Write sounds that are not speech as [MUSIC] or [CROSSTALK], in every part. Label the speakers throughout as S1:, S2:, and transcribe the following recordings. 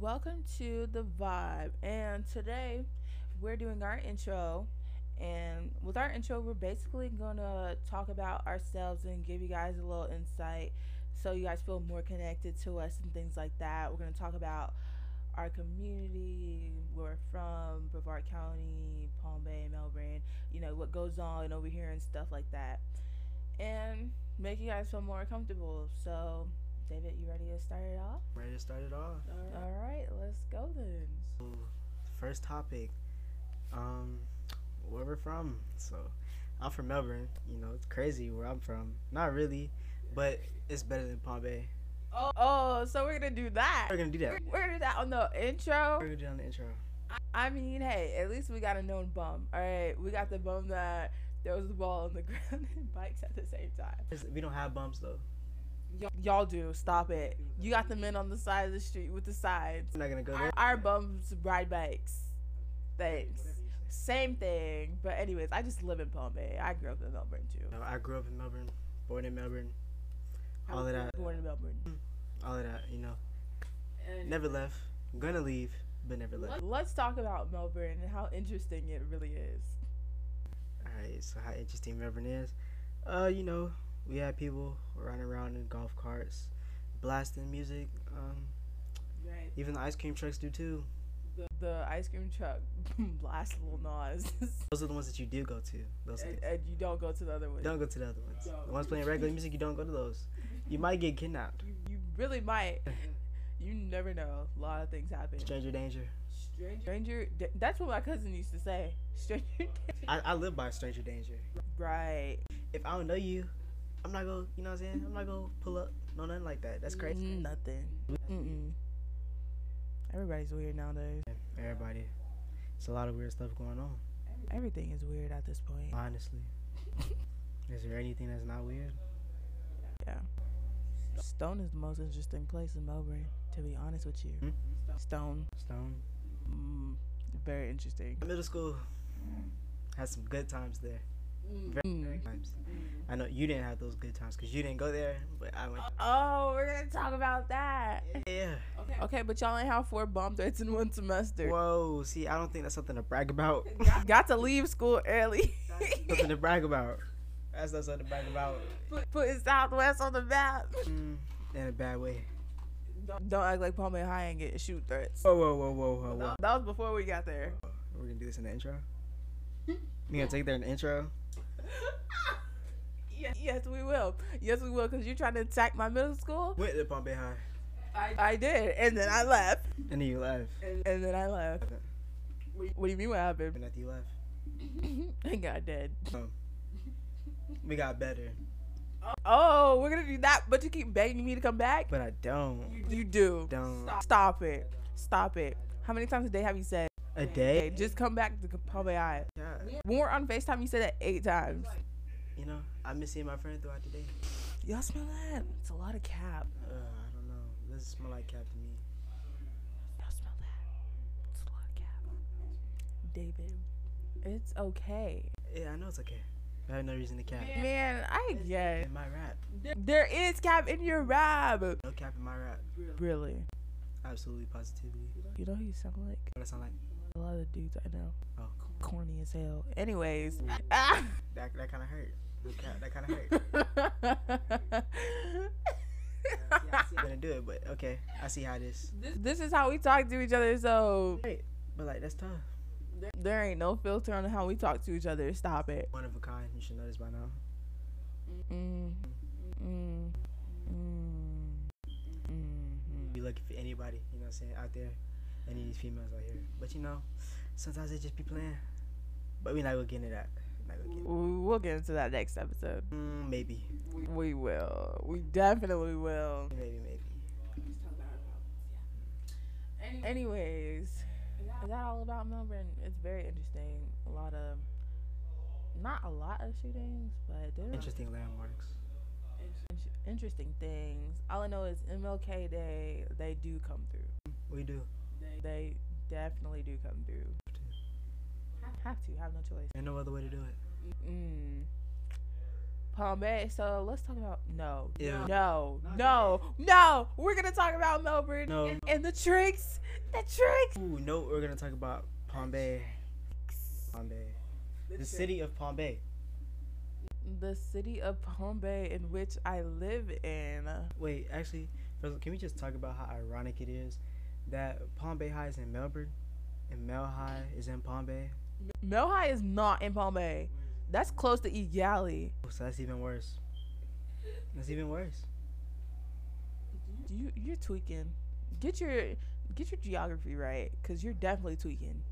S1: Welcome to the vibe, and today we're doing our intro. And with our intro, we're basically gonna talk about ourselves and give you guys a little insight so you guys feel more connected to us and things like that. We're gonna talk about our community, where we're from, Brevard County, Palm Bay, Melbourne, you know, what goes on over here and stuff like that. And make you guys feel more comfortable. So, David, you ready to start it off?
S2: Ready to start it off?
S1: All right, let's go then.
S2: So, first topic, um, where we're from. So, I'm from Melbourne. You know, it's crazy where I'm from. Not really, but it's better than Palm Bay.
S1: Oh, oh so we're gonna do that.
S2: We're gonna do that.
S1: We're gonna do that on the
S2: We're
S1: intro.
S2: gonna do it on the intro.
S1: I mean, hey, at least we got a known bum. All right, we got the bum that throws the ball on the [LAUGHS] ground and bikes at the same time.
S2: There's- We don't have bumps though.
S1: Y- y'all do. Stop it. You got the men on the side of the street with the signs.
S2: We're not gonna go
S1: Our,
S2: there.
S1: our bums ride bikes. Thanks. Same thing. But anyways, I just live in Palm Bay. I grew up in Melbourne too.
S2: You know, I grew up in Melbourne, born in Melbourne,
S1: I
S2: All
S1: was
S2: of that.
S1: Born in Melbourne.
S2: all of that. You know,
S1: And
S2: never left. Gonna leave, but never left.
S1: Let's talk about Melbourne and how interesting it really is.
S2: Alright, so how interesting Melbourne is. Uh, you know, we had people running around in golf carts, blasting music. Um,
S1: Right.
S2: even the ice cream trucks do too.
S1: The, the ice cream truck [LAUGHS] blast Lil Nas, [LAUGHS]
S2: Those are the ones that you do go to. Those are
S1: and,
S2: the-
S1: and you don't go to the other one.
S2: don't go to the other ones.
S1: Don't.
S2: The ones playing regular music, you don't go to those. You might get kidnapped.
S1: You, you really
S2: [LAUGHS]
S1: might. You never know. A lot of things happen.
S2: Stranger danger.
S1: Stranger, da- that's what my cousin used to say. Stranger, [LAUGHS] danger.
S2: I, I live by stranger danger.
S1: right?
S2: If I don't know you, I'm not gonna, you know what I'm saying? I'm not gonna pull up. No, nothing like that. That's crazy.
S1: Mm-hmm. Nothing. Mm-mm. Everybody's weird nowadays.
S2: Everybody. It's a lot of weird stuff going on,
S1: Everything is weird at this point.
S2: honestly. Is there anything that's not weird?
S1: Stone is the most interesting place in Melbourne, to be honest with you.
S2: Hmm?
S1: Stone,
S2: Stone.
S1: mm, very interesting.
S2: Middle school had some good times there. Very
S1: Mm.
S2: good times. I know you didn't have those good times because you didn't go there, but I went.
S1: Oh, we're gonna talk about that.
S2: Yeah.
S1: Okay, but y'all ain't have four bomb threats in one semester.
S2: Whoa. See, I don't think that's something to brag about.
S1: Got to leave school early.
S2: nothing to brag about. That's not something to brag about.
S1: [LAUGHS] Put- Putting Southwest on the map.
S2: Mm, in a bad way.
S1: Don't, Oh, don't act like Palm Bay High and get shoot threats.
S2: Whoa, whoa, whoa, whoa, whoa, whoa.
S1: That that was before we got there.
S2: We're gonna do this in the intro. We gonna take that in the intro.
S1: [LAUGHS] Yes, yes, we will. Yes, we will, because you're trying to attack my middle school.
S2: Went to Palm Bay High,
S1: I, I did, and then I left.
S2: and then you left.
S1: And, and then I left. What do you mean what happened?
S2: And after you left,
S1: [LAUGHS] I got dead.
S2: we got better.
S1: Oh, we're gonna do that, but you keep begging me to come back?
S2: But I don't.
S1: You do.
S2: Don't.
S1: Stop it. Stop it. How many times a day have you said,
S2: A
S1: hey,
S2: day.
S1: just come back to Palm Bay High?
S2: Yeah.
S1: When we're on FaceTime, you said that eight times.
S2: You know, I miss seeing my friend throughout the day.
S1: Y'all smell that? It's a lot of cap.
S2: Uh, I don't know. This is more like Cap to me.
S1: Y'all smell that? It's a lot of cap. David, it's okay.
S2: Yeah, I know it's okay. I have no reason to cap.
S1: Man, I guess.
S2: In my rap.
S1: There is cap in your rap.
S2: No cap in my rap.
S1: Really?
S2: Absolutely, positively.
S1: You know who you sound like?
S2: What I sound like?
S1: A lot of dudes I know.
S2: Oh.
S1: Corny as hell. Anyways. [LAUGHS]
S2: That, that kind of hurt. No cap, that kind of hurt. I'm gonna do it, but okay, I see how it is.
S1: this is how we talk to each other, so
S2: Right, but like that's tough.
S1: there ain't no filter on how we talk to each other. Stop it.
S2: One of a kind. You should know this by now.
S1: Mm. Mm. Mm. Mhm.
S2: Be lucky for anybody, you know what I'm saying, out there, any of these females out here. But you know, sometimes they just be playing. But we not gonna get into that. Not gonna get into
S1: We- We'll get into that next episode.
S2: that. Mm, maybe,
S1: We will. We definitely will.
S2: maybe, maybe.
S1: Anyways, is that all about Melbourne? It's very interesting. A lot of, not a lot of shootings, but there are
S2: Interesting landmarks.
S1: in- interesting things. All I know is MLK Day. They do come through.
S2: We do.
S1: They definitely do come through. Have to. Have no choice.
S2: Ain't no other way to do it.
S1: Mm. Palm Bay. So let's talk about no,
S2: Yeah.
S1: no, no, no. We're gonna talk about Melbourne
S2: No.
S1: and the tricks The tricks.
S2: Ooh, no, we're gonna talk about Palm Bay. Palm Bay. The city of Palm Bay.
S1: The city of Palm Bay in which I live in.
S2: Wait, actually, first, can we just talk about how ironic it is that Palm Bay High is in Melbourne and Mel High is in Palm Bay?
S1: Mel High is not in Palm Bay. That's close to East
S2: Oh, so that's even worse. That's even worse.
S1: You you're tweaking. Get your get your geography right, cause you're definitely tweaking.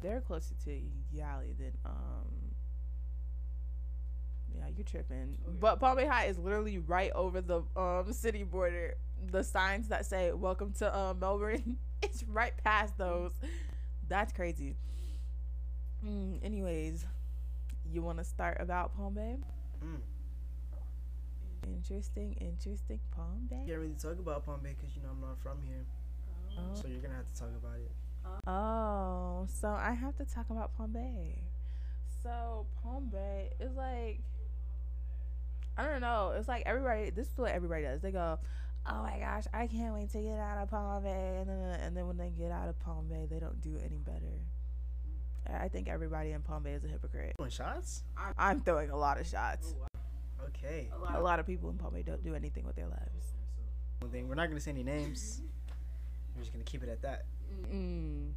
S1: They're closer to Yali than um. Yeah, you're tripping.
S2: Oh, yeah.
S1: But Palm Bay High is literally right over the um city border. The signs that say "Welcome to um, Melbourne" [LAUGHS] it's right past those. That's crazy. Mm, anyways, you want to start about Palm Bay?
S2: Mm.
S1: Interesting, interesting Palm Bay.
S2: Can't really talk about Palm Bay because you know I'm not from here,
S1: Oh.
S2: so you're gonna have to talk about it.
S1: Oh, so I have to talk about Palm Bay. So Palm Bay is like I don't know. It's like everybody. This is what everybody does. They go, "Oh my gosh, I can't wait to get out of Palm Bay," and then, and then when they get out of Palm Bay, they don't do any better. I I think everybody in Palm Bay is a hypocrite.
S2: Doing shots?
S1: I'm throwing a lot of shots.
S2: Okay.
S1: A lot of people in Palm Bay don't do anything with their lives.
S2: One thing, we're not gonna say any names. We're just gonna keep it at that.
S1: Mm.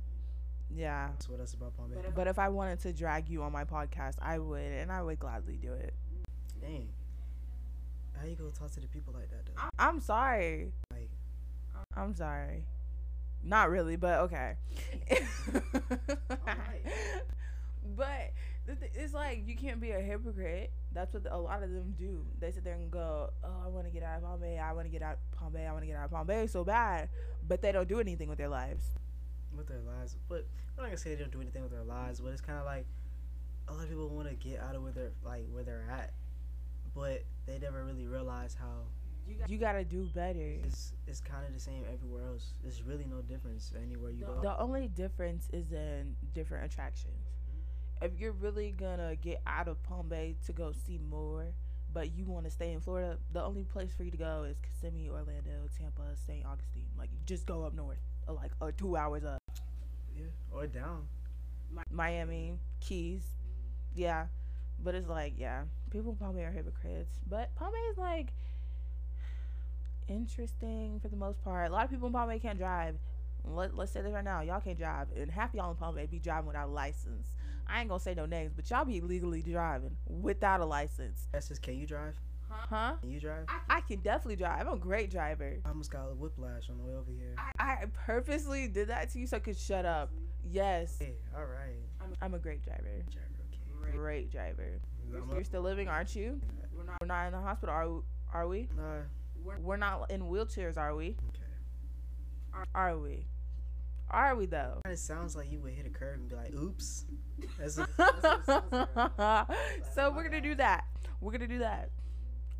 S1: Yeah.
S2: That's what else about Palm Bay.
S1: But if I wanted to drag you on my podcast, I would, and I would gladly do it.
S2: Dang. How you gonna talk to the people like that though?
S1: I'm sorry.
S2: Like,
S1: I'm sorry. Not really, but okay. [LAUGHS] but the th- it's like you can't be a hypocrite. That's what a lot of them do. They sit there and go, "Oh, I want to get out of Palm Bay. I want to get out of Palm Bay. I want to get out of Palm Bay so bad," but they don't do anything with their lives.
S2: with their lives. But we're not gonna say they don't do anything with their lives. But it's kind of like a lot of people want to get out of where they're like where they're at, but they never really realize how
S1: You gotta do better.
S2: it's it's kind of the same everywhere else. There's really no difference anywhere you go.
S1: The only difference is in different attractions. If you're really gonna get out of Palm Bay to go see more, but you want to stay in Florida, the only place for you to go is Kissimmee, Orlando, Tampa, St. Augustine. Like, you just go up north, uh, like uh, two hours up.
S2: Yeah, or down.
S1: Miami, Keys, yeah. But it's like, yeah, people in Palm Bay are hypocrites. But Palm Bay is like interesting for the most part. A lot of people in Palm Bay can't drive. Let, let's say this right now, y'all can't drive, and half y'all in Palm Bay be driving without a license. I ain't gonna say no names, but y'all be legally driving without a license,
S2: That's just can you drive?
S1: huh?
S2: Can you drive?
S1: I can definitely drive. I'm a great driver.
S2: I almost got a whiplash on the way over here.
S1: I purposely did that to you so I could shut up. Yes,
S2: Hey, all right.
S1: I'm a great driver.
S2: Driver, okay.
S1: Great driver.
S2: I'm
S1: You're still living, aren't you? We're not, in the hospital, are we? Are we?
S2: up- nah,
S1: We're not in wheelchairs, are we?
S2: okay.
S1: Are we? Are we [LAUGHS] though?
S2: It sounds like you would hit a curve and be like, "Oops." That's a,
S1: [LAUGHS] so we're gonna do that. We're gonna do that.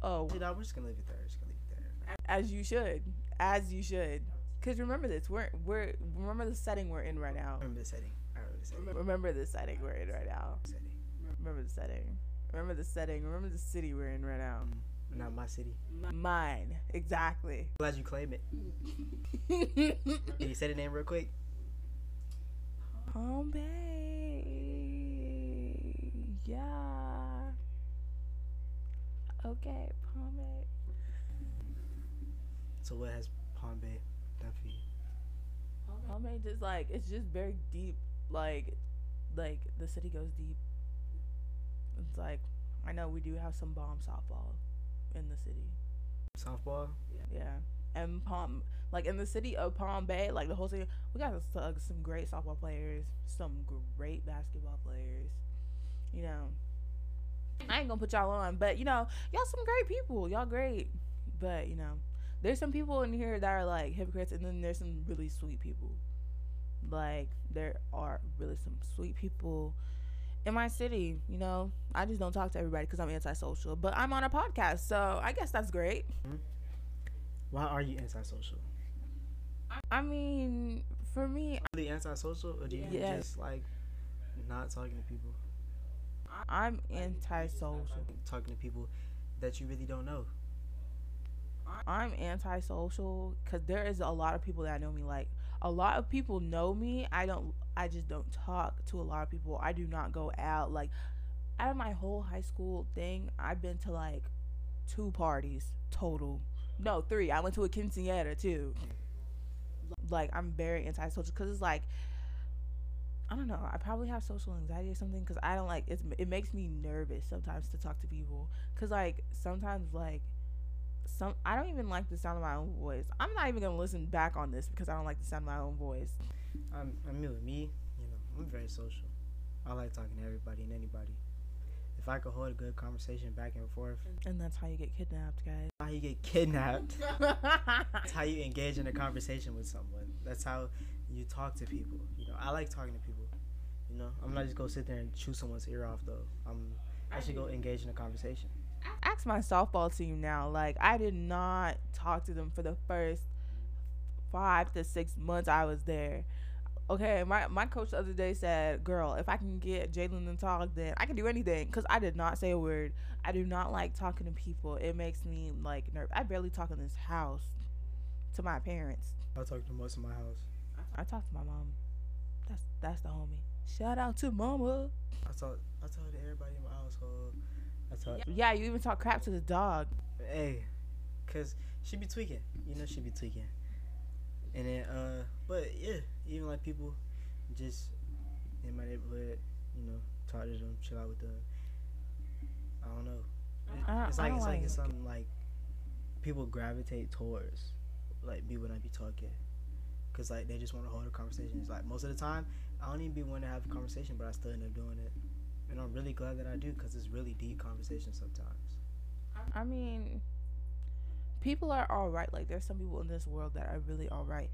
S1: Oh,
S2: Dude, I'm just gonna leave it there. Just gonna leave it there.
S1: as you should, as you should. Cause remember this, we're we're remember the setting we're in right now.
S2: remember the setting. I remember the setting.
S1: Remember the setting we're in right now.
S2: the setting.
S1: Remember the setting. Remember the setting. Remember the city we're in right now.
S2: Not my city.
S1: Mine, exactly. [LAUGHS]
S2: Glad you claim it. Can you say the name real quick?
S1: Palm Bay. Yeah. Okay, Palm Bay.
S2: So what has Palm Bay done for you?
S1: Palm Bay just like it's just very deep. Like, like the city goes deep. It's like I know we do have some bomb softball in the city.
S2: Softball.
S1: Yeah. And Palm, like in the city of Palm Bay, like the whole city, we got s- uh, some great softball players, some great basketball players. You know, I ain't gonna put y'all on, but you know, y'all some great people. Y'all great. But you know, there's some people in here that are like hypocrites, and then there's some really sweet people. Like, there are really some sweet people in my city. You know, I just don't talk to everybody because I'm antisocial, but I'm on a podcast, so I guess that's great.
S2: Why are you antisocial?
S1: I mean, for me,
S2: Really antisocial, or do you
S1: Yeah.
S2: just like not talking to people?
S1: I'm anti-social.
S2: Talking to people that you really don't know.
S1: I'm anti-social because there is a lot of people that know me like, a lot of people know me. I don't. I just don't talk to a lot of people. I do not go out. Like out of my whole high school thing, I've been to like two parties total. No, three. I went to a quinceanera too. Like I'm very antisocial because it's like I don't know. I probably have social anxiety or something because I don't like it's, it makes me nervous sometimes to talk to people because like sometimes like some I don't even like the sound of my own voice. I'm not even gonna listen back on this because I don't like the sound of my own voice.
S2: I'm, I mean, with me, you know, I'm very social. I like talking to everybody and anybody. If I could hold a good conversation back and forth,
S1: And that's how you get kidnapped,
S2: [LAUGHS]
S1: guys.
S2: how you get kidnapped. That's how you engage in a conversation with someone. That's how you talk to people. You know, I like talking to people. You know, I'm not just gonna sit there and chew someone's ear off though. I'm I should go engage in a conversation.
S1: Ask my softball team now. Like I did not talk to them for the first five to six months I was there. Okay, my, my coach the other day said, "Girl, if I can get Jalen to talk, then I can do anything." Cause I did not say a word. I do not like talking to people. It makes me like nervous. I barely talk in this house to my parents.
S2: I talk to most of my house.
S1: I talk to my mom. That's that's the homie. Shout out to mama.
S2: I talk I talk to everybody in my household. I talk
S1: Yeah, you even talk crap to the dog.
S2: hey, cause she be tweaking. You know she be tweaking. And then uh but yeah, even like people just in my neighborhood, you know, talk to them, chill out with them. I don't know. It-
S1: I-
S2: it's
S1: I
S2: like
S1: don't
S2: it's like
S1: like
S2: it's
S1: it.
S2: something like people gravitate towards like me when I be talking. Cause like they just want to hold a conversation. It's like most of the time I don't even be wanting to have a conversation, but I still end up doing it. And I'm really glad that I do, cause it's really deep conversation sometimes.
S1: I mean, people are all right. Like there's some people in this world that are really all right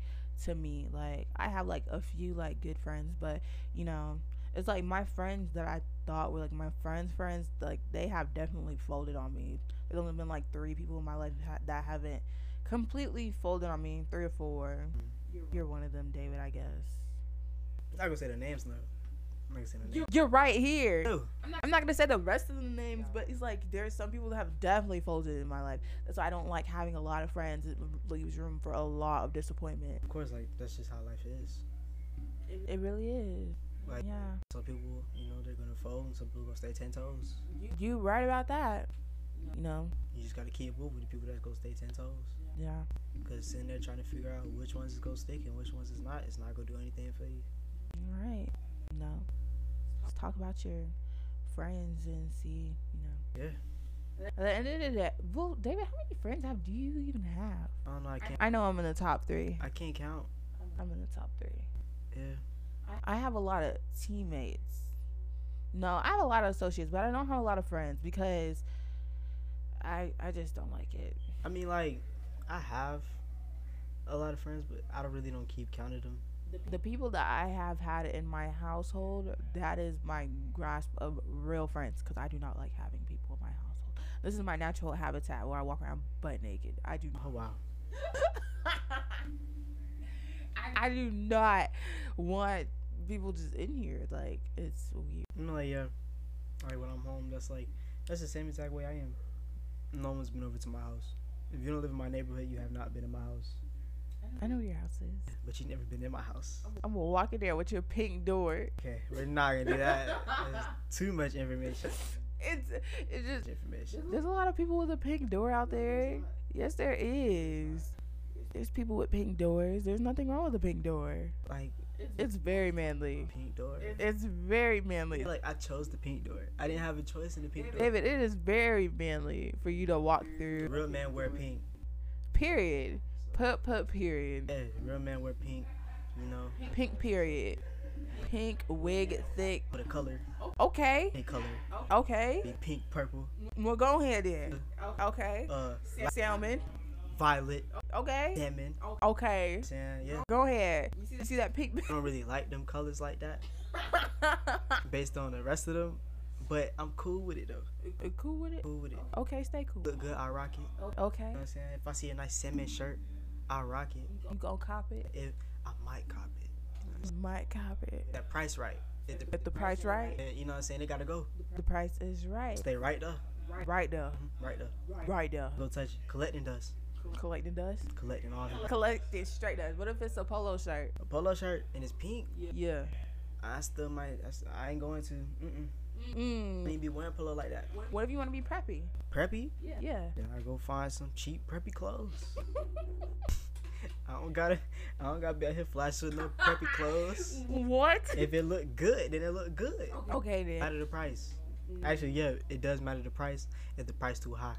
S1: to me. Like I have like a few like good friends, but you know, it's like my friends that I thought were like my friends' friends. Like they have definitely folded on me. There's only been like three people in my life ha- that haven't completely folded on me. Three or four. You're one of them, David. I guess.
S2: I'm not gonna say their names now. I'm not gonna say their names.
S1: You're, you're right here.
S2: Ew.
S1: I'm not, I'm not gonna say the rest of the names, but it's like there's some people that have definitely folded in my life. That's why I don't like having a lot of friends. It leaves room for a lot of disappointment.
S2: Of course, like that's just how life is.
S1: It really is.
S2: Like
S1: Yeah.
S2: some people, you know, they're gonna fold, and some people gonna stay ten toes.
S1: You right about that. You know.
S2: You just gotta keep moving with the people that's gonna stay ten toes.
S1: Yeah.
S2: Cause sitting there trying to figure out which ones is gonna stick and which ones is not, it's not gonna do anything for you.
S1: All right. No. Let's talk about your friends and see. You know. Yeah. At the end of the day, well, David, how many friends have do you even have?
S2: I don't know. I can't.
S1: I know I'm in the top three.
S2: I can't count.
S1: I'm in the top three.
S2: Yeah.
S1: I have a lot of teammates. No, I have a lot of associates, but I don't have a lot of friends because I I just don't like it.
S2: I mean, like, I have a lot of friends, but I don't really don't keep counting them.
S1: The people that I have had in my household, that is my grasp of real friends because I do not like having people in my household. This is my natural habitat where I walk around butt naked. I
S2: [LAUGHS]
S1: do
S2: Oh wow.
S1: I do not want people just in here. Like it's weird.
S2: I mean, like, yeah. Like when I'm home, that's like that's the same exact way I am. No one's been over to my house. If you don't live in my neighborhood, you have not been in my house.
S1: I know where your house is.
S2: But you've never been in my house.
S1: I'm gonna walk in there with your pink door.
S2: Okay, we're not gonna do that. It's too much information.
S1: It's it's just
S2: Information.
S1: There's a lot of people with a pink door out there. Yes, there is. There's people with pink doors. There's nothing wrong with a pink door.
S2: Like
S1: It's very manly.
S2: pink door.
S1: It's very manly.
S2: Like I chose the pink door. I didn't have a choice in the pink door.
S1: David, it is very manly for you to walk through.
S2: Real man wear pink.
S1: Period. Put put period.
S2: Yeah, real man wear pink. You know,
S1: Pink period. Pink wig thick.
S2: with a color,
S1: Okay.
S2: pink color,
S1: Okay.
S2: big pink, purple,
S1: Well go ahead then. Okay.
S2: uh,
S1: Salmon.
S2: violet,
S1: Okay.
S2: salmon.
S1: Okay.
S2: Saying yeah,
S1: Go ahead. You see that pink [LAUGHS]
S2: I don't really like them colors like that, based on the rest of them. But I'm cool with it though.
S1: cool with it?
S2: Cool with it.
S1: Okay, stay cool.
S2: Look good, I rock it. You know
S1: Okay.
S2: what I'm saying? If I see a nice salmon shirt, I rock it.
S1: You gonna cop it?
S2: If I might cop it.
S1: Might cop it.
S2: That price right. It depends.
S1: If the price right,
S2: Yeah, you know what I'm saying? They gotta go.
S1: the price is right.
S2: Stay right there. Mm-hmm.
S1: Right there.
S2: Right there.
S1: Right there.
S2: Go touch it. Collecting dust.
S1: Collecting dust.
S2: collecting all that.
S1: Collecting straight dust. What if it's a polo shirt?
S2: A polo shirt and it's pink.
S1: Yeah.
S2: I still might. I, st- I ain't going to. Mm-mm. I
S1: Mm.
S2: ain't be wearing polo like that.
S1: What if you want to be preppy?
S2: Preppy.
S1: Yeah. [LAUGHS]
S2: Then I go find some cheap preppy clothes. I don't gotta. I don't gotta be out here flashing no preppy clothes.
S1: What?
S2: If it look good, then it look good.
S1: Okay then.
S2: Matter the price. Actually, yeah, it does matter the price. If the price too high,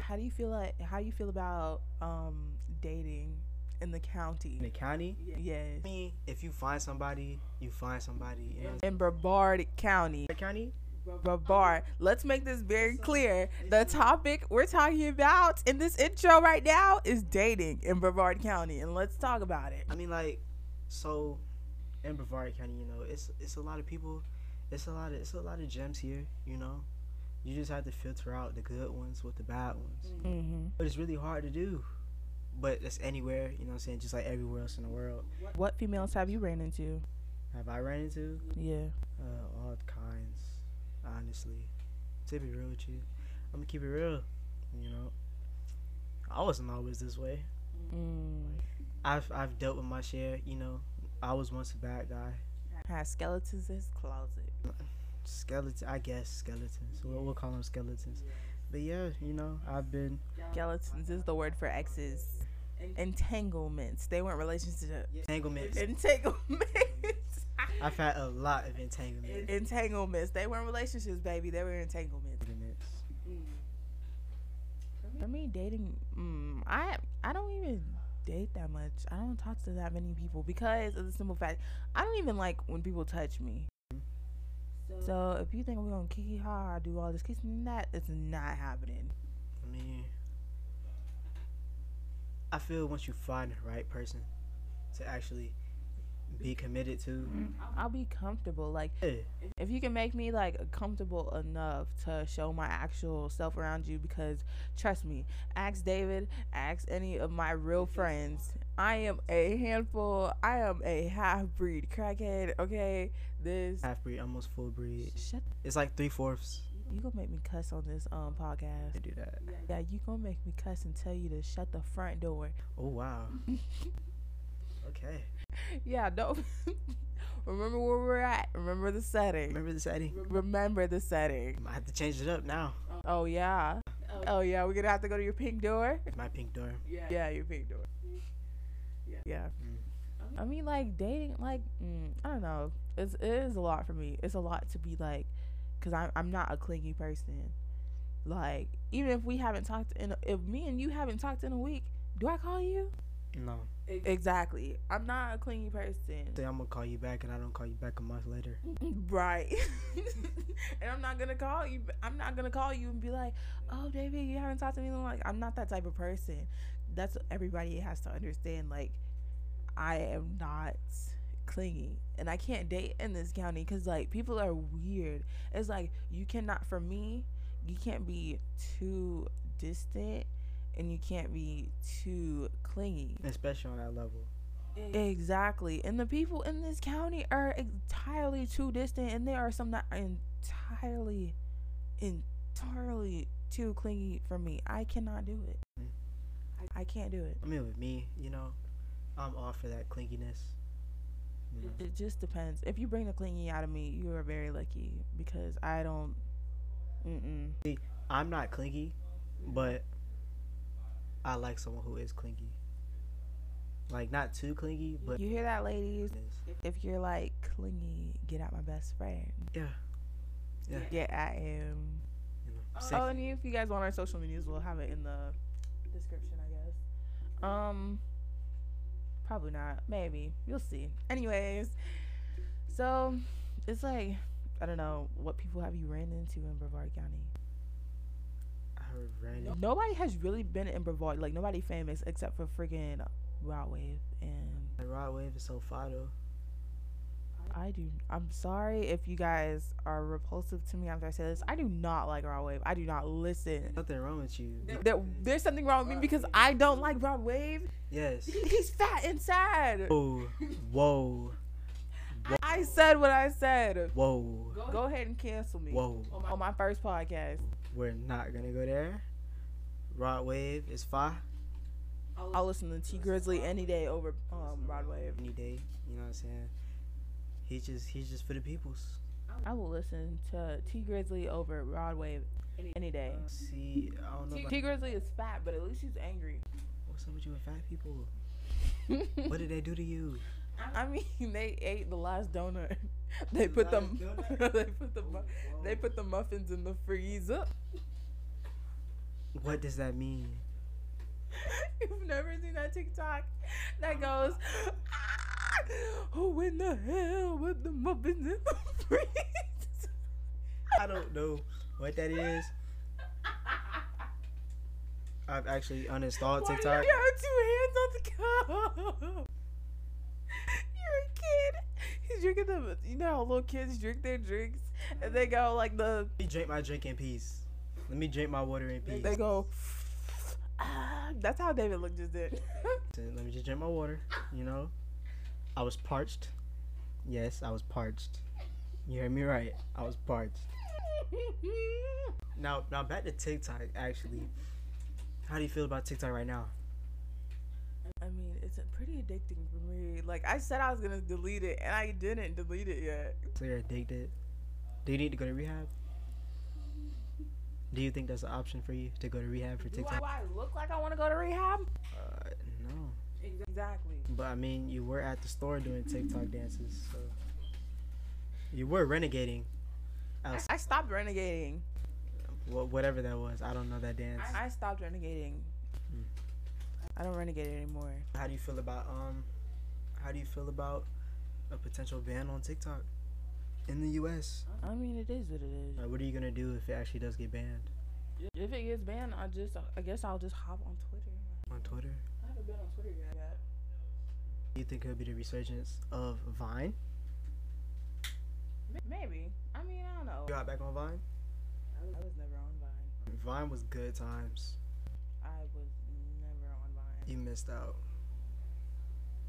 S1: How do you feel like? How do you feel about um dating in the
S2: in the
S1: county?
S2: county,
S1: Yes.
S2: I mean, if you find somebody, you find somebody. You know,
S1: In Brevard County.
S2: that county.
S1: Brevard. Let's make this very clear. The topic we're talking about in this intro right now is dating in Brevard County, and let's talk about it.
S2: I mean, like, so in Brevard County, you know, it's it's a lot of people. It's a lot of it's a lot of gems here. You know, you just have to filter out the good ones with the bad ones.
S1: Mm-hmm.
S2: But it's really hard to do. But that's anywhere, you know what I'm saying? Just like everywhere else in the world.
S1: What females have you ran into?
S2: Have I ran into?
S1: Yeah.
S2: Uh, all kinds, honestly. To be real with you, I'm gonna keep it real, you know. I wasn't always this way.
S1: Mm.
S2: I've, I've dealt with my share, you know. I was once a bad guy.
S1: Has skeletons in his closet.
S2: Skeleton, I guess skeletons. We'll, we'll call them skeletons. But yeah, you know, I've been.
S1: Skeletons is the word for exes. Entanglements. They weren't [LAUGHS] relationships.
S2: Entanglements.
S1: Entanglements.
S2: I've had a lot of
S1: [LAUGHS]
S2: entanglements.
S1: entanglements. They weren't relationships, baby. They were entanglements.
S2: Entanglements.
S1: For me, dating, mm, I I don't even date that much. I don't talk to that many people because of the simple fact I don't even like when people touch me. So if you think we're gonna kiki ha do all this kissing and that, it's not happening.
S2: I mean, I feel once you find the right person to actually be committed to,
S1: I'll be comfortable. Like
S2: yeah,
S1: if you can make me like comfortable enough to show my actual self around you because trust me ask david ask any of my real friends i am a handful i am a half breed crackhead okay this
S2: half breed, almost full breed.
S1: shut
S2: It's like three fourths.
S1: you gonna make me cuss on this um
S2: They
S1: podcast
S2: do that.
S1: yeah you gonna make me cuss and tell you to shut the front door [LAUGHS]
S2: Oh wow. Okay.
S1: yeah [LAUGHS] don't remember where we're at remember the setting
S2: Remember Uh. this, Eddie?
S1: remember the setting
S2: I have to change it up now.
S1: oh yeah oh yeah we're gonna have to go to your pink door
S2: My pink door.
S1: Yeah, you picked door. Yeah. Yeah. I mean, like dating, like mm, I don't know. It's it is a lot for me. It's a lot to be like, cause I'm I'm not a clingy person. Like even if we haven't talked in, if me and you haven't talked in a week, do I call you?
S2: No.
S1: Exactly. I'm not a clingy person.
S2: Say I'm gonna call you back, and I don't call you back a month later.
S1: Right. [LAUGHS] and I'm not gonna call you. I'm not gonna call you and be like, "Oh, baby, you haven't talked to me." in a long-" Like, I'm not that type of person. That's what everybody has to understand. Like, I am not clingy, and I can't date in this county because like people are weird. It's like you cannot, for me, you can't be too distant, and you can't be too clingy.
S2: Especially on that level. Mm.
S1: Exactly. And the people in this county are entirely too distant, and there are some that are entirely, entirely too clingy for me. I cannot do it.
S2: Mm.
S1: I can't do it.
S2: I mean, with me, you know, I'm all for that clinginess. You know,
S1: It just depends. If you bring the clingy out of me, you are very lucky because I don't. Mm-mm.
S2: I'm not clingy, but I like someone who is clingy. Like not too clingy, but
S1: You hear that, ladies?
S2: is.
S1: If you're like clingy, get out my best friend.
S2: Yeah. Yeah.
S1: Get at him.
S2: You know,
S1: Oh,
S2: sexy.
S1: and if you guys want our social medias, we'll have it in the description, I guess. Um, probably not. Maybe you'll see. Anyways, so it's like I don't know what people have you ran into in Brevard County.
S2: I ran it.
S1: Nobody has really been in Brevard, like nobody famous except for freaking Wild Wave. And
S2: The rod wave is so far though.
S1: I do. I'm sorry if you guys are repulsive to me after I say this. I do not like Wild Wave. I do not listen.
S2: Nothing wrong with you.
S1: There, there's something wrong with me because I don't like Wild Wave.
S2: Yes.
S1: [LAUGHS] He's fat and sad.
S2: Whoa. Whoa.
S1: I said what I said.
S2: Whoa.
S1: Go ahead and cancel me
S2: Whoa.
S1: on my first podcast.
S2: We're not gonna go there. Rod wave is far.
S1: I'll listen to T Grizzly any day over um, Broadway.
S2: Any day, you know what I'm saying? He's just he's just for the peoples.
S1: I will listen to T Grizzly over Broadway any day.
S2: See, I don't know. About,
S1: T Grizzly is fat, but at least she's angry. [LAUGHS]
S2: what's up with you and fat people? What did they do to you?
S1: [LAUGHS] I mean, they ate the last donut. [LAUGHS] They put them. [LAUGHS]
S2: last
S1: they put the. mu- They put the muffins in the freezer.
S2: What does that mean?
S1: [LAUGHS] You've never seen that TikTok that goes, "Ah, "Who in the hell with the muffins in the freezer?"
S2: I don't know what that is. I've actually uninstalled
S1: Why
S2: TikTok.
S1: do you have two hands on the cup? [LAUGHS] You're a kid. He's drinking the. You know how little kids drink their drinks, and they go like the.
S2: Let me drink my drink in peace. Let me drink my water in peace.
S1: They go. Ah, that's how David looked just did.
S2: Let me just drink my water. You know, I was parched. Yes, I was parched. You heard me right. I was parched. Now, now back to TikTok. Actually, how do you feel about TikTok right now?
S1: I mean, it's uh, pretty addicting for me. Like I said, I was gonna delete it, and I didn't delete it yet.
S2: So you're addicted. Do you need to go to rehab? Do you think that's an option for you to go to rehab for
S1: Do I,
S2: TikTok?
S1: do I look like I want to go to rehab?
S2: Uh, no.
S1: Exactly.
S2: But I mean, you were at the store doing TikTok dances, so you were renegading.
S1: I, I stopped renegading.
S2: Wha whatever that was, I don't know that dance.
S1: I stopped renegading.
S2: Mm.
S1: I don't renegade anymore.
S2: How do you feel about um? How do you feel about a potential ban on TikTok in the U.S.?
S1: I mean, it is what it is.
S2: Like, what are you gonna do if it actually does get banned
S1: If it gets banned, I just, I guess I'll just hop on Twitter.
S2: on Twitter?
S1: I haven't been on Twitter yet.
S2: Do you think it'll be the resurgence of Vine?
S1: Maybe. I mean, I don't know.
S2: You got back on Vine.
S1: I was never on Vine.
S2: Vine was good times.
S1: I was never on Vine.
S2: You missed out.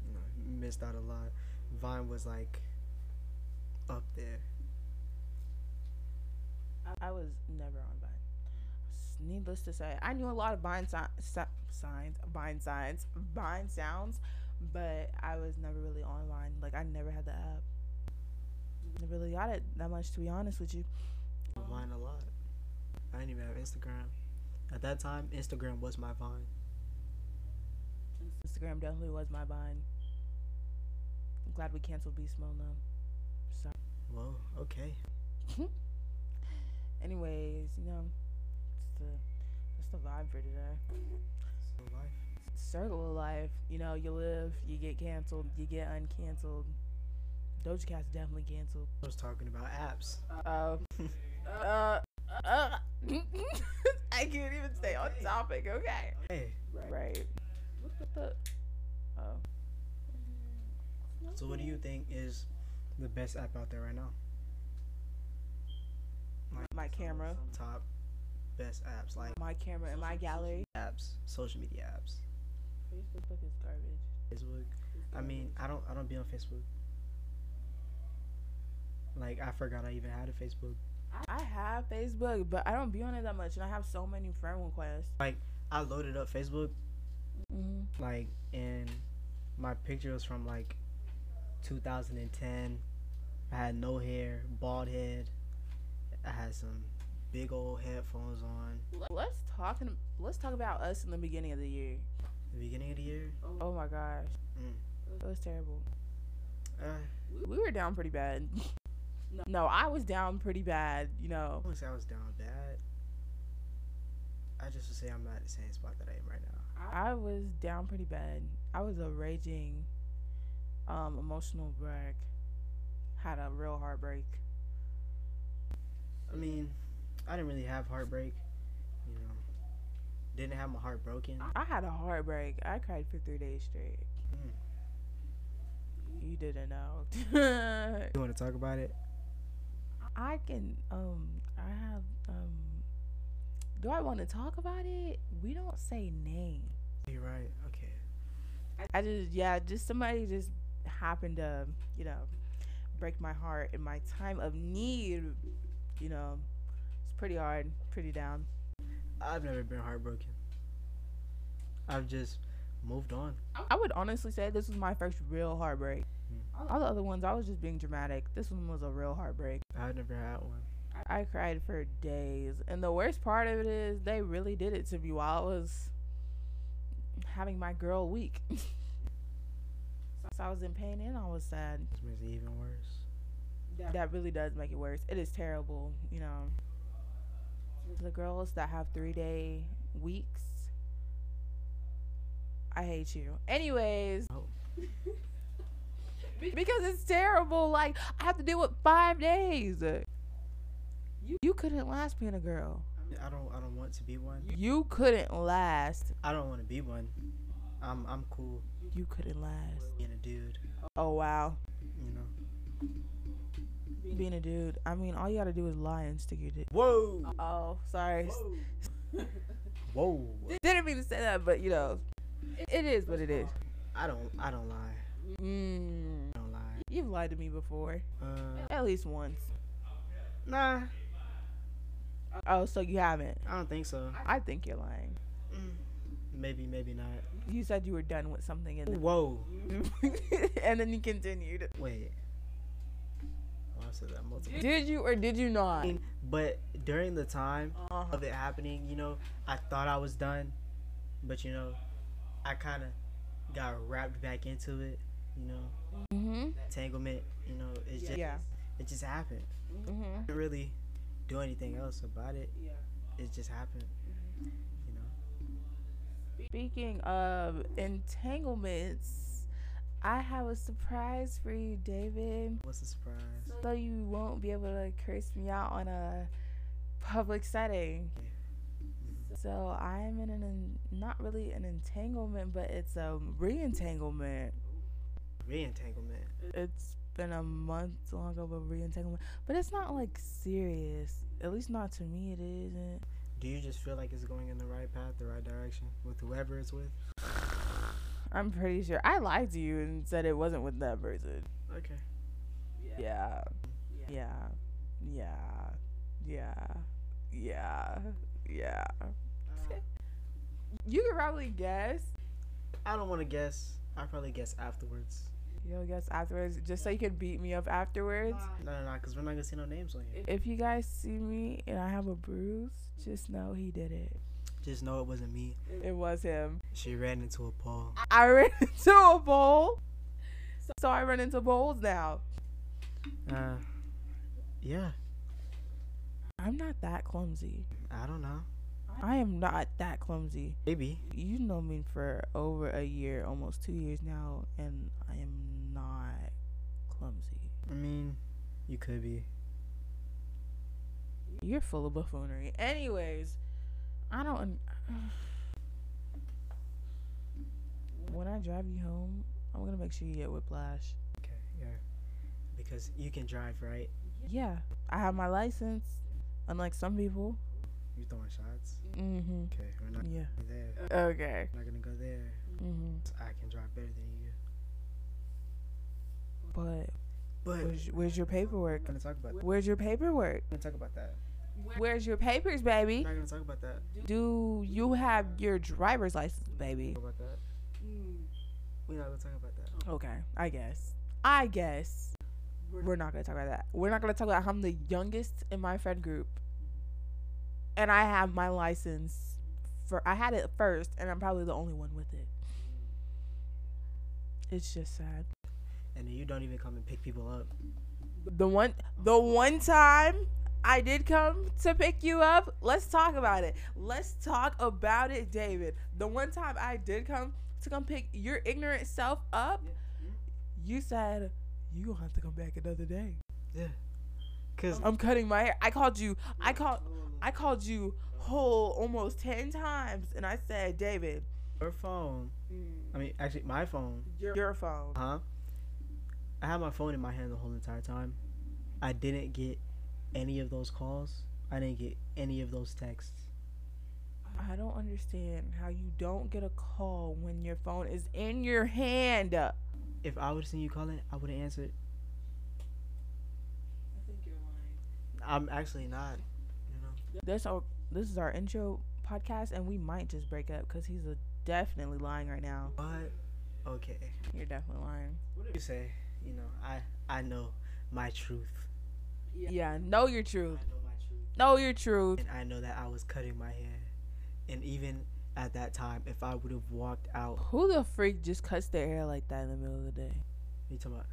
S2: You know, you missed out a lot. Vine was like up there.
S1: I was never on Vine. S- Needless to say, I knew a lot of Vine si- si- signs, Vine signs, Vine sounds, but I was never really on Vine. Like I never had the app. Never really got it that much, to be honest with you.
S2: Vine a lot. I didn't even have Instagram. At that time, Instagram was my Vine.
S1: Instagram definitely was my Vine. I'm glad we canceled Beast Mode though.
S2: Whoa, okay.
S1: Anyways, you know, it's the that's the vibe for today.
S2: So life.
S1: circle of life. You know, you live, you get canceled, you get uncanceled. Doja Cat's definitely canceled.
S2: I was talking about apps.
S1: Uh, uh, uh, [LAUGHS] I can't even stay on topic. Okay.
S2: Hey,
S1: Right. What the? Oh.
S2: so what do you think is the best app out there right now?
S1: My camera,
S2: Top best apps, like
S1: my camera, and my gallery.
S2: apps, social media apps.
S1: Facebook is garbage.
S2: Facebook. I mean, I don't I don't be on Facebook. Like I forgot I even had a Facebook.
S1: I have Facebook, but I don't be on it that much, and I have so many friend requests.
S2: I loaded up Facebook
S1: Mm-hmm.
S2: like and my picture was from like 2010. I had no hair, bald head. I had some big old headphones on.
S1: Let's talk. Let's talk about us in the beginning of the year.
S2: The beginning of the year,
S1: Oh my gosh,
S2: Mm.
S1: it was terrible.
S2: uh,
S1: we were down pretty bad. No, I was down pretty bad, you know.
S2: I wouldn't say I was down bad. I just would say I'm not at the same spot that I am right now.
S1: I was down pretty bad. I was a raging um emotional wreck. Had a real heartbreak.
S2: I mean, I didn't really have heartbreak, you know. Didn't have my heart broken.
S1: I had a heartbreak. I cried for 3 days straight.
S2: Mm.
S1: You didn't know. [LAUGHS]
S2: You want to talk about it?
S1: I can um I have um do I want to talk about it? We don't say names.
S2: You're right. Okay.
S1: I just yeah, just somebody just happened to, you know, break my heart in my time of need, you know. It's pretty hard, pretty down.
S2: I've never been heartbroken. I've just moved on.
S1: I would honestly say this was my first real heartbreak. All the other ones, I was just being dramatic. This one was a real heartbreak.
S2: I never had one.
S1: I cried for days. And the worst part of it is they really did it to me while I was having my girl [LAUGHS] week. so I was in pain and I was sad.
S2: This makes it even worse.
S1: That really does make it worse. It is terrible, you know. The girls that have three day weeks, I hate you. Anyways,
S2: Oh.
S1: because it's terrible. Like, I have to deal with five days.
S3: You-
S1: You couldn't last being a girl.
S2: I don't. I don't want to be one.
S1: You couldn't last.
S2: I don't want to be one. I'm. I'm cool
S1: You couldn't last.
S2: being a dude.
S1: Oh, wow.
S2: You know.
S1: Being a dude, I mean, all you gotta do is lie and stick your dick.
S2: Whoa.
S1: Oh, sorry.
S2: Whoa.
S1: Didn't mean to say that, but you know, it is what it is.
S2: I don't. I don't lie.
S1: Mm,
S2: I don't lie.
S1: you've lied to me before,
S2: Uh.
S1: at least once.
S2: Nah.
S1: Oh, so you haven't?
S2: I don't think so.
S1: I think you're lying.
S2: Mm, Maybe. Maybe not.
S1: You said you were done with something, and
S2: Whoa.
S1: then, [LAUGHS] and then you continued.
S2: Wait. Oh, I said that multiple.
S1: Did you or did you not?
S2: But during the time
S1: Uh-huh.
S2: of it happening, you know, I thought I was done, but you know, I kind of got wrapped back into it. You know,
S1: Mm-hmm.
S2: entanglement. You know, it's just
S1: Yeah.
S2: it just happened.
S1: Mm-hmm.
S2: didn't really do anything else about it. It just happened. You know.
S1: Speaking of entanglements, I have a surprise for you, David.
S2: What's the surprise?
S1: So you won't be able to curse me out on a public setting. So I'm in an en- not really an entanglement, but it's a re-entanglement.
S2: Re-entanglement.
S1: It's been a month long of a re-entanglement, but it's not like serious. At least not to me, it isn't.
S2: Do you just feel like it's going in the right path, the right direction with whoever it's with?
S1: I'm pretty sure I lied to you and said it wasn't with that person.
S2: Okay.
S1: Yeah. Yeah. Yeah. Yeah. Yeah. Yeah.
S2: Uh,
S1: You can probably guess.
S2: I don't want to guess. I probably guess afterwards.
S1: You'll guess afterwards, just so you can beat me up afterwards.
S2: No, no, no, because we're not gonna see no names on here.
S1: If you guys see me and I have a bruise, just know he did it.
S2: Just know it wasn't me.
S1: It was him.
S2: She ran into a pole.
S1: I [LAUGHS] ran into a bowl. So I run into bowls now.
S2: Uh, yeah.
S1: I'm not that clumsy.
S2: I don't know.
S1: I am not that clumsy.
S2: Maybe.
S1: you know me for over a year, almost two years now, and I am not clumsy.
S2: I mean, you could be.
S1: You're full of buffoonery. Anyways, I don't. un- [SIGHS] When I drive you home, I'm gonna make sure you get whiplash.
S2: Okay. Yeah. Because you can drive, right?
S1: Yeah, I have my license, unlike some people.
S2: You throwing shots.
S1: Mm-hmm. Uh.
S2: Okay. We're not
S1: Yeah.
S2: going there.
S1: Okay.
S2: We're not gonna go there.
S1: Mm-hmm.
S2: I can drive better than you.
S1: But
S2: But
S1: where's, where's your paperwork?
S2: gonna talk about. We're
S1: Where's your paperwork?
S2: gonna talk about that.
S1: Where's your papers, baby?
S2: We're not gonna talk about that.
S1: Do you have your driver's license, baby?
S2: Talk about that. We're not gonna talk about that.
S1: Okay, I guess. I guess we're not gonna talk about that. We're not gonna talk about how I'm the youngest in my friend group, and I have my license for I had it first, and I'm probably the only one with it. It's just sad.
S2: And then you don't even come and pick people up.
S1: The one, the one time I did come to pick you up, let's talk about it. Let's talk about it, David. The one time I did come to come pick your ignorant self up, you said you gonna have to come back another day.
S2: Yeah. Cause
S1: I'm cutting my hair. I called you. I called. I called you whole almost ten times, and I said, David,
S2: your phone. I mean, actually, my phone.
S1: your phone.
S2: Huh? I had my phone in my hand the whole entire time. I didn't get any of those calls. I didn't get any of those texts.
S1: I don't understand how you don't get a call when your phone is in your hand.
S2: If I would have seen you calling, I would have answered. I'm actually not. You know.
S1: This our this is our intro podcast, and we might just break up because he's a definitely lying right now.
S2: What? Okay.
S1: You're definitely lying.
S2: What did you say? You know, I I know my truth.
S1: Yeah, know your
S2: I
S1: truth.
S2: know my truth.
S1: Know your truth.
S2: And I know that I was cutting my hair. And even at that time, if I would have walked out,
S1: Who the freak just cuts their hair like that in the middle of the day?
S2: you talking about?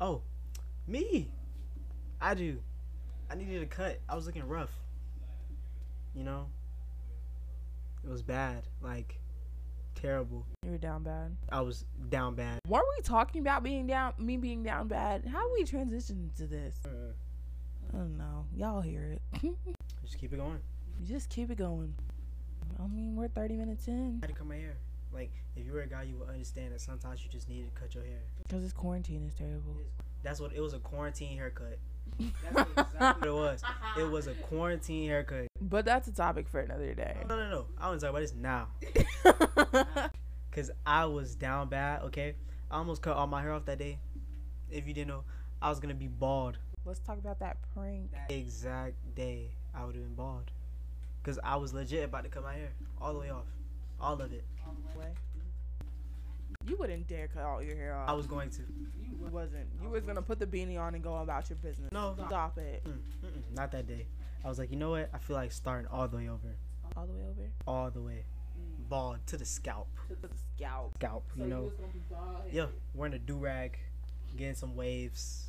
S2: Oh, me. I do. I needed a cut. I was looking rough. You know. It was bad. Like terrible.
S1: You were down bad.
S2: I was down bad.
S1: Weren't we talking about being down? Me being down bad. How do we transition to this? I don't know. Y'all hear it. [LAUGHS]
S2: Just keep it going.
S1: Just keep it going. I mean, we're 30 minutes in
S2: I had to cut my hair. Like, if you were a guy, you would understand that sometimes you just need to cut your hair.
S1: because this quarantine is terrible.
S2: That's what it was a quarantine haircut.
S1: [LAUGHS]
S2: That's exactly what it was. It was a quarantine haircut.
S1: But that's a topic for another day. [LAUGHS]
S2: No, no, no. I want to talk about this now. Because I was down bad, okay? I almost cut all my hair off that day. If you didn't know, I was going to be bald.
S1: Let's talk about that prank.
S2: That exact day, I would have been bald. Because I was legit about to cut my hair all the way off. All of it.
S1: You wouldn't dare cut all your hair off.
S2: I was going to.
S1: You wasn't. You was gonna put the beanie on and go about your business.
S2: No.
S1: Stop it.
S2: Mm, mm-mm, not that day. I was like, you know what? I feel like starting all the way over.
S1: All the way over
S2: all the way, bald to the scalp.
S1: to the scalp.
S2: Scalp, you know. Yeah, wearing a do rag, getting some waves,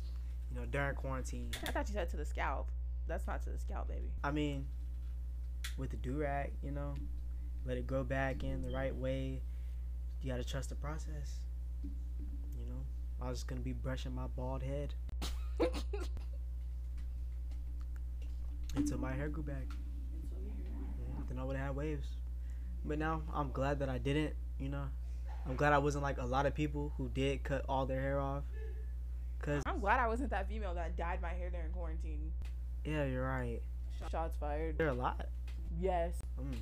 S2: you know, during quarantine.
S1: I thought you said to the scalp. That's not to the scalp, baby.
S2: I mean, with the do rag, you know, let it grow back in the right way. You gotta trust the process. You know, I was just gonna be brushing my bald head
S1: [LAUGHS]
S2: until my hair grew back. Yeah, then I would have had waves. But now I'm glad that I didn't, you know. I'm glad I wasn't like a lot of people who did cut all their hair off. Cause
S1: I'm glad I wasn't that female that dyed my hair during quarantine.
S2: yeah, you're right.
S1: Shots fired.
S2: There are a lot.
S1: Yes,
S2: Mm.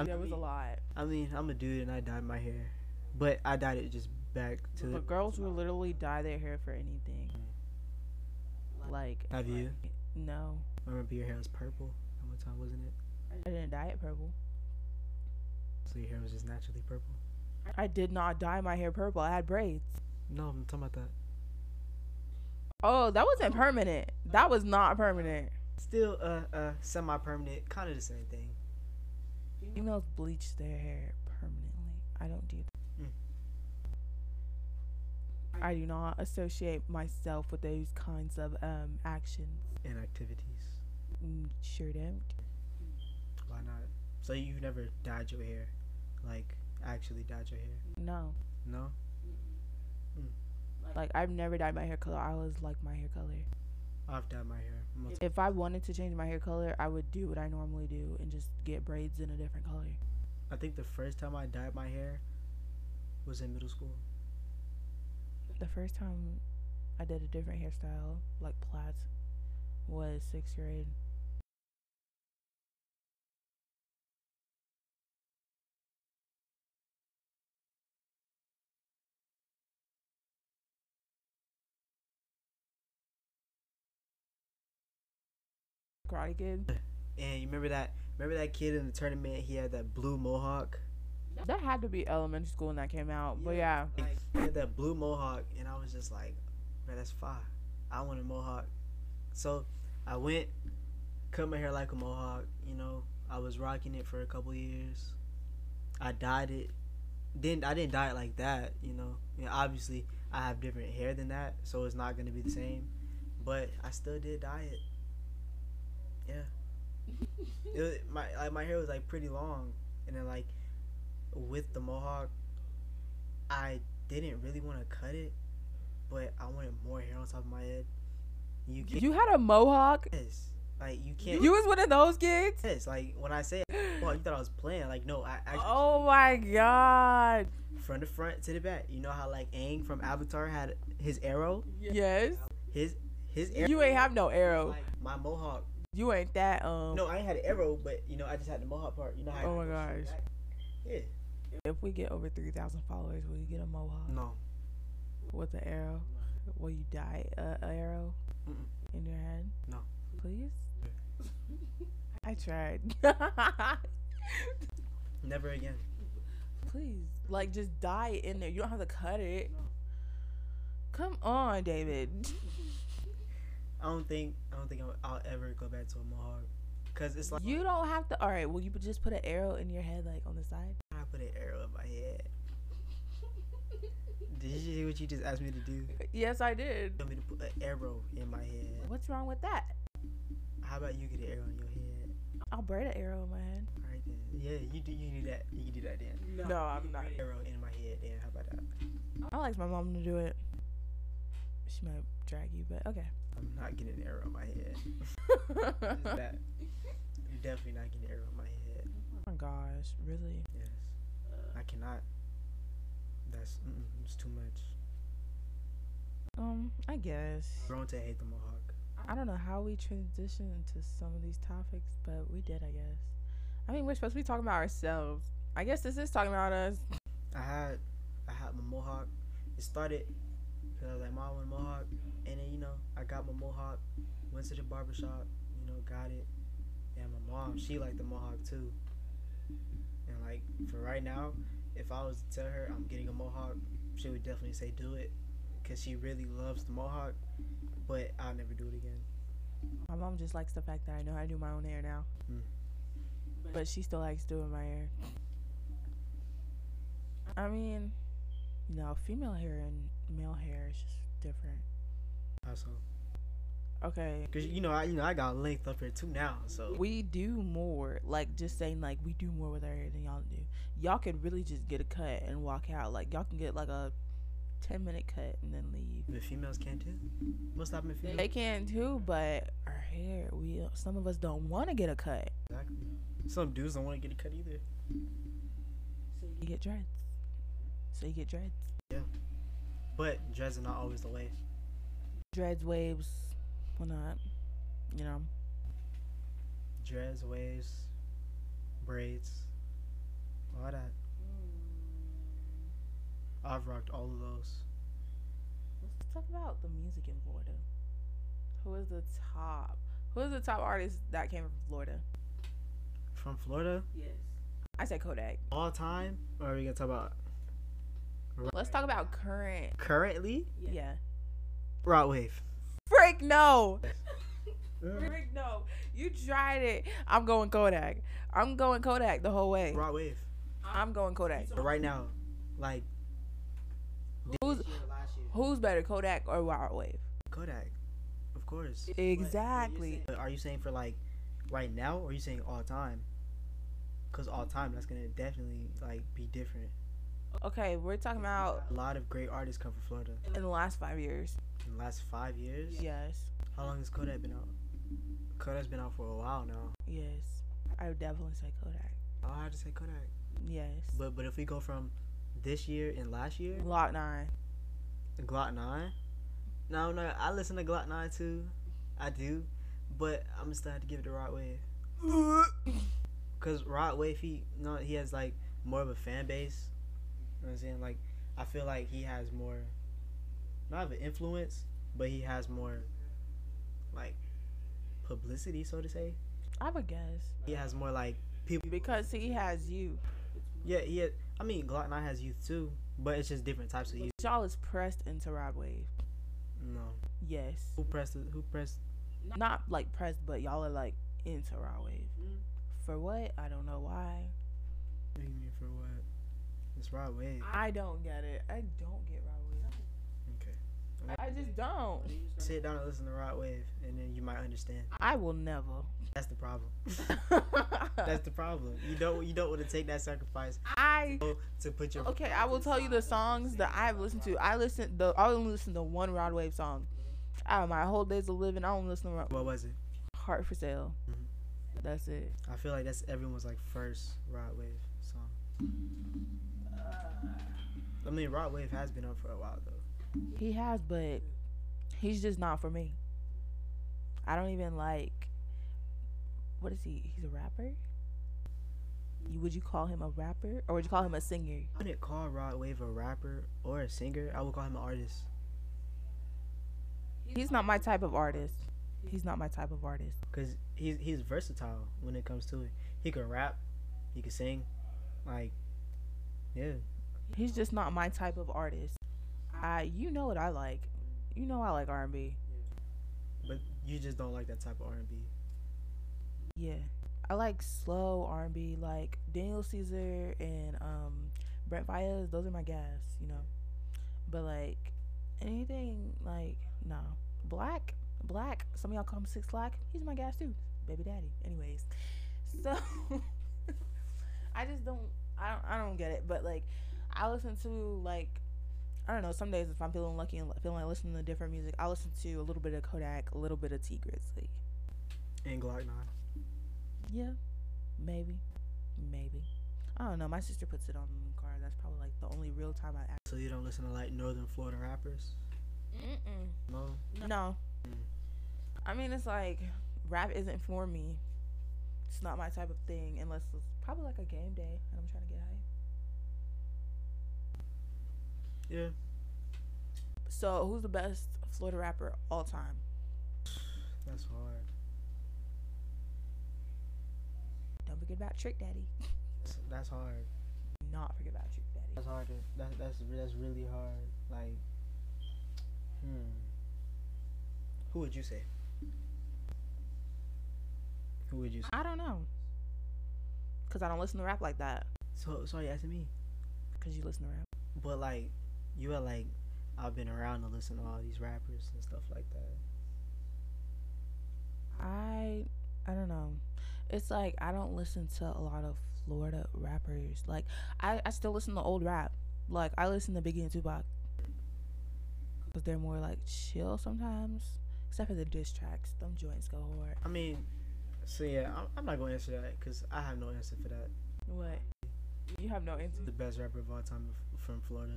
S2: I
S1: there was a
S2: mean-
S1: lot.
S2: I mean, I'm a dude and I dyed my hair, but I dyed it just back to.
S1: But girls will literally dye their hair for anything. Like,
S2: Have you?
S1: no,
S2: I remember your hair was purple at one time, wasn't it?
S1: I didn't dye it purple.
S2: So your hair was just naturally purple.
S1: I did not dye my hair purple. I had braids.
S2: No, I'm talking about that.
S1: Oh, that wasn't permanent. That was not permanent.
S2: Still, uh, uh, semi-permanent, kind of the same thing.
S1: Females bleach their hair permanently. I don't do that. I do not associate myself with those kinds of um actions.
S2: And activities.
S1: Mm, Sure don't.
S2: Why not? So you never dyed your hair, like actually dyed your hair?
S1: No.
S2: No.
S1: Like I've never dyed my hair color. I always like my hair color.
S2: I've dyed my hair. multi-
S1: If I wanted to change my hair color, I would do what I normally do and just get braids in a different color.
S2: I think the first time I dyed my hair was in middle school.
S1: The first time I did a different hairstyle, like plaits, was sixth grade. Karate Kid.
S2: And you remember that? Remember that kid in the tournament? He had that blue mohawk.
S1: That had to be elementary school when that came out, but yeah.
S2: Like, he had that blue mohawk, and I was just like, man, that's fire. I want a mohawk. So I went, cut my hair like a mohawk. You know, I was rocking it for a couple years. I dyed it. Didn't I didn't dye it like that. You know, I mean, obviously I have different hair than that, so it's not gonna be the same. But I still did dye it. Yeah. [LAUGHS] It was, my like, my hair was like pretty long, and then like with the mohawk, I didn't really want to cut it, but I wanted more hair on top of my head. You can't.
S1: You had a mohawk?
S2: Yes. Like you can't.
S1: You was one of those kids?
S2: Yes. Like when I say, well, you thought I was playing. Like no, I actually
S1: Oh my god.
S2: from the front to the back. You know how like Aang from Avatar had his arrow.
S1: Yes.
S2: His his arrow.
S1: You ain't have no arrow.
S2: like my mohawk.
S1: You ain't that um
S2: No, I ain't had an arrow, but you know I just had the mohawk part. You know how. I
S1: Oh my
S2: go straight
S1: gosh.
S2: back? Yeah.
S1: if we get over three thousand followers will you get a mohawk
S2: No.
S1: with an arrow? Will you dye a a arrow
S2: Mm-mm.
S1: in your head?
S2: No.
S1: [LAUGHS] Please? I tried.
S2: Never again.
S1: [LAUGHS] Please, like, just dye it in there. You don't have to cut it. Come on, David.
S2: I don't think I don't think I'll, I'll ever go back to a mohawk, cause it's like
S1: You don't have to. All right. Well, you could just put an arrow in your head, like on the
S2: [LAUGHS]
S1: side.
S2: I put an arrow in my head. Did you hear what you just asked me to do? You
S1: Yes, I did.
S2: want me to put an arrow in my head?
S1: What's wrong with that?
S2: How about you get an arrow in your head?
S1: I'll burn an arrow in my head.
S2: All right then. Yeah, you do. You can do that. You can do that then.
S1: No, I'm not.
S2: Arrow in my head. Then how about that?
S1: I'll ask my mom to do it. She might drag you, but okay.
S2: I'm not getting an arrow in my head.
S1: [LAUGHS]
S2: Just that. You're definitely not getting an arrow in my head.
S1: oh my gosh, really?
S2: Yes. I cannot. That's mm-mm, it's too much.
S1: Um, I guess.
S2: Grown to hate the mohawk.
S1: I don't know how we transitioned to some of these topics, but we did, I guess. I mean, we're supposed to be talking about ourselves. I guess this is talking about us.
S2: I had I had my mohawk. It started because I was like, Mom, I want a mohawk. And then, you know, I got my mohawk, went to the barber shop, you know, got it. And my mom, she liked the mohawk too. And like, for right now, if I was to tell her I'm getting a mohawk, she would definitely say, do it. Because she really loves the mohawk, but I'll never do it again.
S1: My mom just likes the fact that I know how to do my own hair now.
S2: Mm.
S1: But she still likes doing my hair. I mean, you know, female hair and male hair is just different.
S2: Also,
S1: Okay.
S2: because you know, I you know I got length up here too now, so
S1: we do more like just saying like we do more with our hair than y'all do y'all can really just get a cut and walk out like y'all can get like a 10 minute cut and then leave
S2: the females can't do. What's stopping females?
S1: they can too but our hair we some of us don't want to get a cut
S2: Exactly. Some dudes don't want to get a cut either.
S1: you get dreads so you get dreads
S2: But dreads are not always the way.
S1: dreads waves whatnot you know
S2: Dreads, waves, braids, all that.
S1: Mm.
S2: I've rocked all of those.
S1: let's talk about the music in florida who is the top who is the top artist that came from florida
S2: From Florida,
S3: Yes.
S1: i said kodak
S2: all time, or are we gonna talk about
S1: let's talk about current
S2: currently?
S3: Yeah.
S1: yeah
S2: Rot wave.
S1: Frick no.
S2: Mm.
S1: Frick no. You tried it. I'm going Kodak. I'm going Kodak the whole way.
S2: Rot wave.
S1: I'm going Kodak.
S2: But right now, like
S1: Who's who's better, Kodak or Wild Wave?
S2: Kodak, of course.
S1: Exactly.
S2: But are you saying for like right now, or are you saying all time? Cause all time, that's gonna definitely like be different.
S1: Okay, we're talking about
S2: A lot of great artists come from Florida.
S1: in the last five years.
S2: in the last five years.
S1: Yes.
S2: How long has Kodak been out? Kodak's been out for a while now.
S1: Yes. I would definitely say Kodak.
S2: Oh, I had to say Kodak.
S1: Yes.
S2: But but if we go from this year and last year,
S1: Glock nine.
S2: Glock Nine. No, no, I listen to Glock Nine too. I do, but I'm gonna still have to give it to Rod Wave. Cause Rod Wave, he no, he has like more of a fan base. You know what I'm saying? Like, I feel like he has more, not of an influence, but he has more, like, publicity, so to say.
S1: I would guess.
S2: He has more like people.
S1: Because he has you.
S2: Yeah, yeah. I mean, Glock 9 has youth too, but it's just different types of youth.
S1: Y'all is pressed into Rod Wave.
S2: No,
S1: Yes.
S2: who pressed? it- Who pressed?
S1: Not like pressed, but y'all are like into Rod Wave.
S3: Mm.
S1: For what? I don't know why.
S2: What do you mean for what? It's Rod Wave.
S1: I don't get it. I don't get Rod
S2: Okay.
S1: Wave. I just don't.
S2: Sit down and listen to Rod Wave, and then you might understand.
S1: I will never.
S2: That's the problem. [LAUGHS] That's the problem. You don't. You don't want to take that sacrifice
S1: [LAUGHS] I
S2: to put your.
S1: okay. I will tell you the songs that I've listened to. I listen the I only listen to one Rod Wave song. Out of my whole days of living, I only listen to Rod-
S2: What was it?
S1: Heart for Sale.
S2: Mhm.
S1: That's it.
S2: I feel like that's everyone's like first Rod Wave song. Uh. I mean, Rod Wave has been up for a while though.
S1: He has, but he's just not for me. I don't even like. What is he? He's a rapper. You Would you call him a rapper or would you call him a singer?
S2: I wouldn't call Rod Wave a rapper or a singer. I would call him an artist.
S1: He's not my type of artist. He's not my type of artist.
S2: because he's he's versatile when it comes to it. He can rap, he can sing, Like, yeah.
S1: He's just not my type of artist. I, you know what I like. You know I like R and B.
S2: But you just don't like that type of R and B.
S1: Yeah, I like slow R and B, like Daniel Caesar and um, Brent Fayez. Those are my guys, you know. But like anything, like no black, black. Some of y'all call him Six Black. He's my guys too, baby daddy. Anyways, so [LAUGHS] I just don't, I don't, I don't get it. But like, I listen to like I don't know. Some days, if I'm feeling lucky and feeling like listening to different music, I listen to a little bit of Kodak, a little bit of T Grizzly,
S2: And Glock 9.
S1: Yeah, maybe, maybe. I don't know. My sister puts it on in the car. That's probably like the only real time I. Act-
S2: So you don't listen to like Northern Florida rappers?
S1: Mm-mm.
S2: No.
S1: No.
S2: Mm.
S1: I mean, it's like rap isn't for me. It's not my type of thing unless it's probably like a game day and I'm trying to get high.
S2: Yeah.
S1: So, who's the best Florida rapper all time?
S2: That's hard.
S1: Don't forget about Trick Daddy.
S2: That's, that's hard.
S1: Do Not forget about Trick Daddy.
S2: That's hard. To, that, that's that's really hard. Like, hmm. Who would you say? Who would you say?
S1: I don't know. Because I don't listen to rap like that.
S2: So so you asking me?
S1: Because you listen to rap.
S2: But like, you are like, I've been around to listen to all these rappers and stuff like that.
S1: I I don't know. It's like I don't listen to a lot of Florida rappers. Like I, I still listen to old rap. Like I listen to Biggie and Tupac. Cause they're more like chill sometimes. Except for the diss tracks. Them joints go hard.
S2: I mean, so yeah, I'm, I'm not gonna answer that because I have no answer for that.
S1: What? You have no answer.
S2: The best rapper of all time f- from Florida.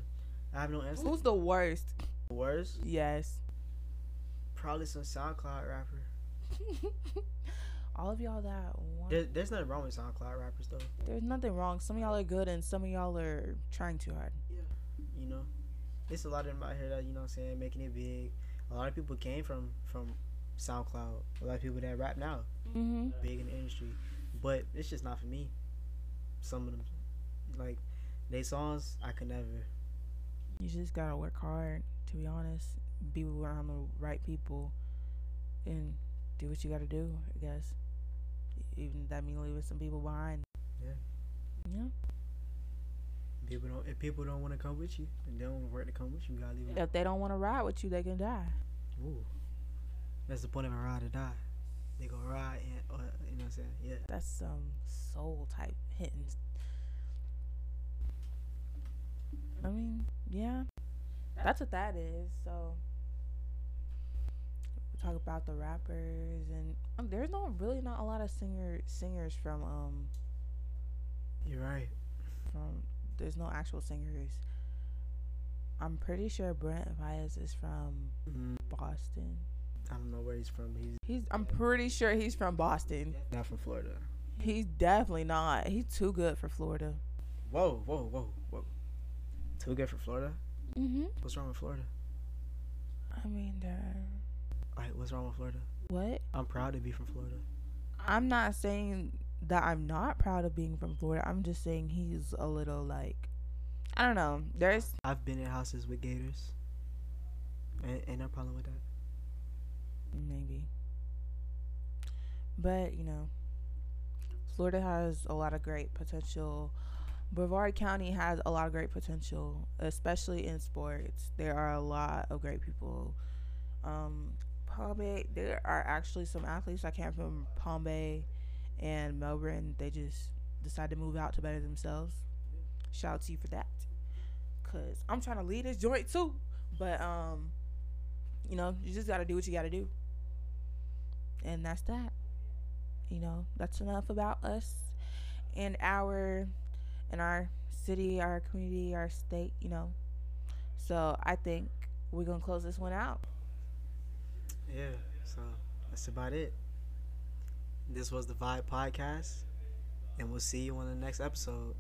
S2: I have no answer.
S1: Who's the worst?
S2: Worst,
S1: [LAUGHS] Yes.
S2: probably some SoundCloud rapper.
S1: All of y'all that want
S2: There, there's nothing wrong with SoundCloud rappers though.
S1: there's nothing wrong. Some of y'all are good and some of y'all are trying too hard.
S2: you know it's a lot of them out here that you know what i'm saying making it big a lot of people came from from soundcloud a lot of people that rap now
S1: Mm-hmm.
S2: big in the industry but it's just not for me some of them like they songs i could never
S1: You just gotta work hard, to be honest. Be around the right people and do what you gotta do, I guess. Even that means leaving some people behind.
S2: Yeah.
S1: Yeah.
S2: people don't if people don't want to come with you and they don't want to work to come with you, you gotta leave them
S1: If they don't wanna ride with you, they can die.
S2: Ooh. that's the point of a ride or die they go ride and uh, you know what i'm saying yeah
S1: That's some soul type hitting. I mean, yeah. That's what that is. So we talk about the rappers and um, there's not really not a lot of singer singers from um
S2: you're right
S1: from there's no actual singers. I'm pretty sure Brent Vias is from
S2: mm,
S1: Boston.
S2: i don't know where he's from he's
S1: He's I'm pretty sure he's from Boston.
S2: not from florida
S1: He's definitely not. He's too good for Florida.
S2: whoa whoa whoa whoa too good for florida
S1: Mm-hmm.
S2: What's wrong with Florida?
S1: I mean, there.
S2: Like, what's wrong with Florida?
S1: What?
S2: I'm proud to be from Florida.
S1: I'm not saying that I'm not proud of being from Florida. I'm just saying he's a little like I don't know. There's
S2: I've been in houses with gators. Ain't, ain't no problem with that.
S1: maybe. But, you know, Florida has a lot of great potential. Brevard County has a lot of great potential, especially in sports. There are a lot of great people. Um, Palm Bay, there are actually some athletes that came from Palm Bay and Melbourne. They just decided to move out to better themselves. Shout out to you for that. Because I'm trying to lead this joint too. But, um, you know, you just got to do what you got to do. And that's that. You know, that's enough about us and our and our city, our community, our state, you know. So, I think we're going to close this one out.
S2: Yeah, so that's about it. This was the Vibe Podcast, and we'll see you on the next episode.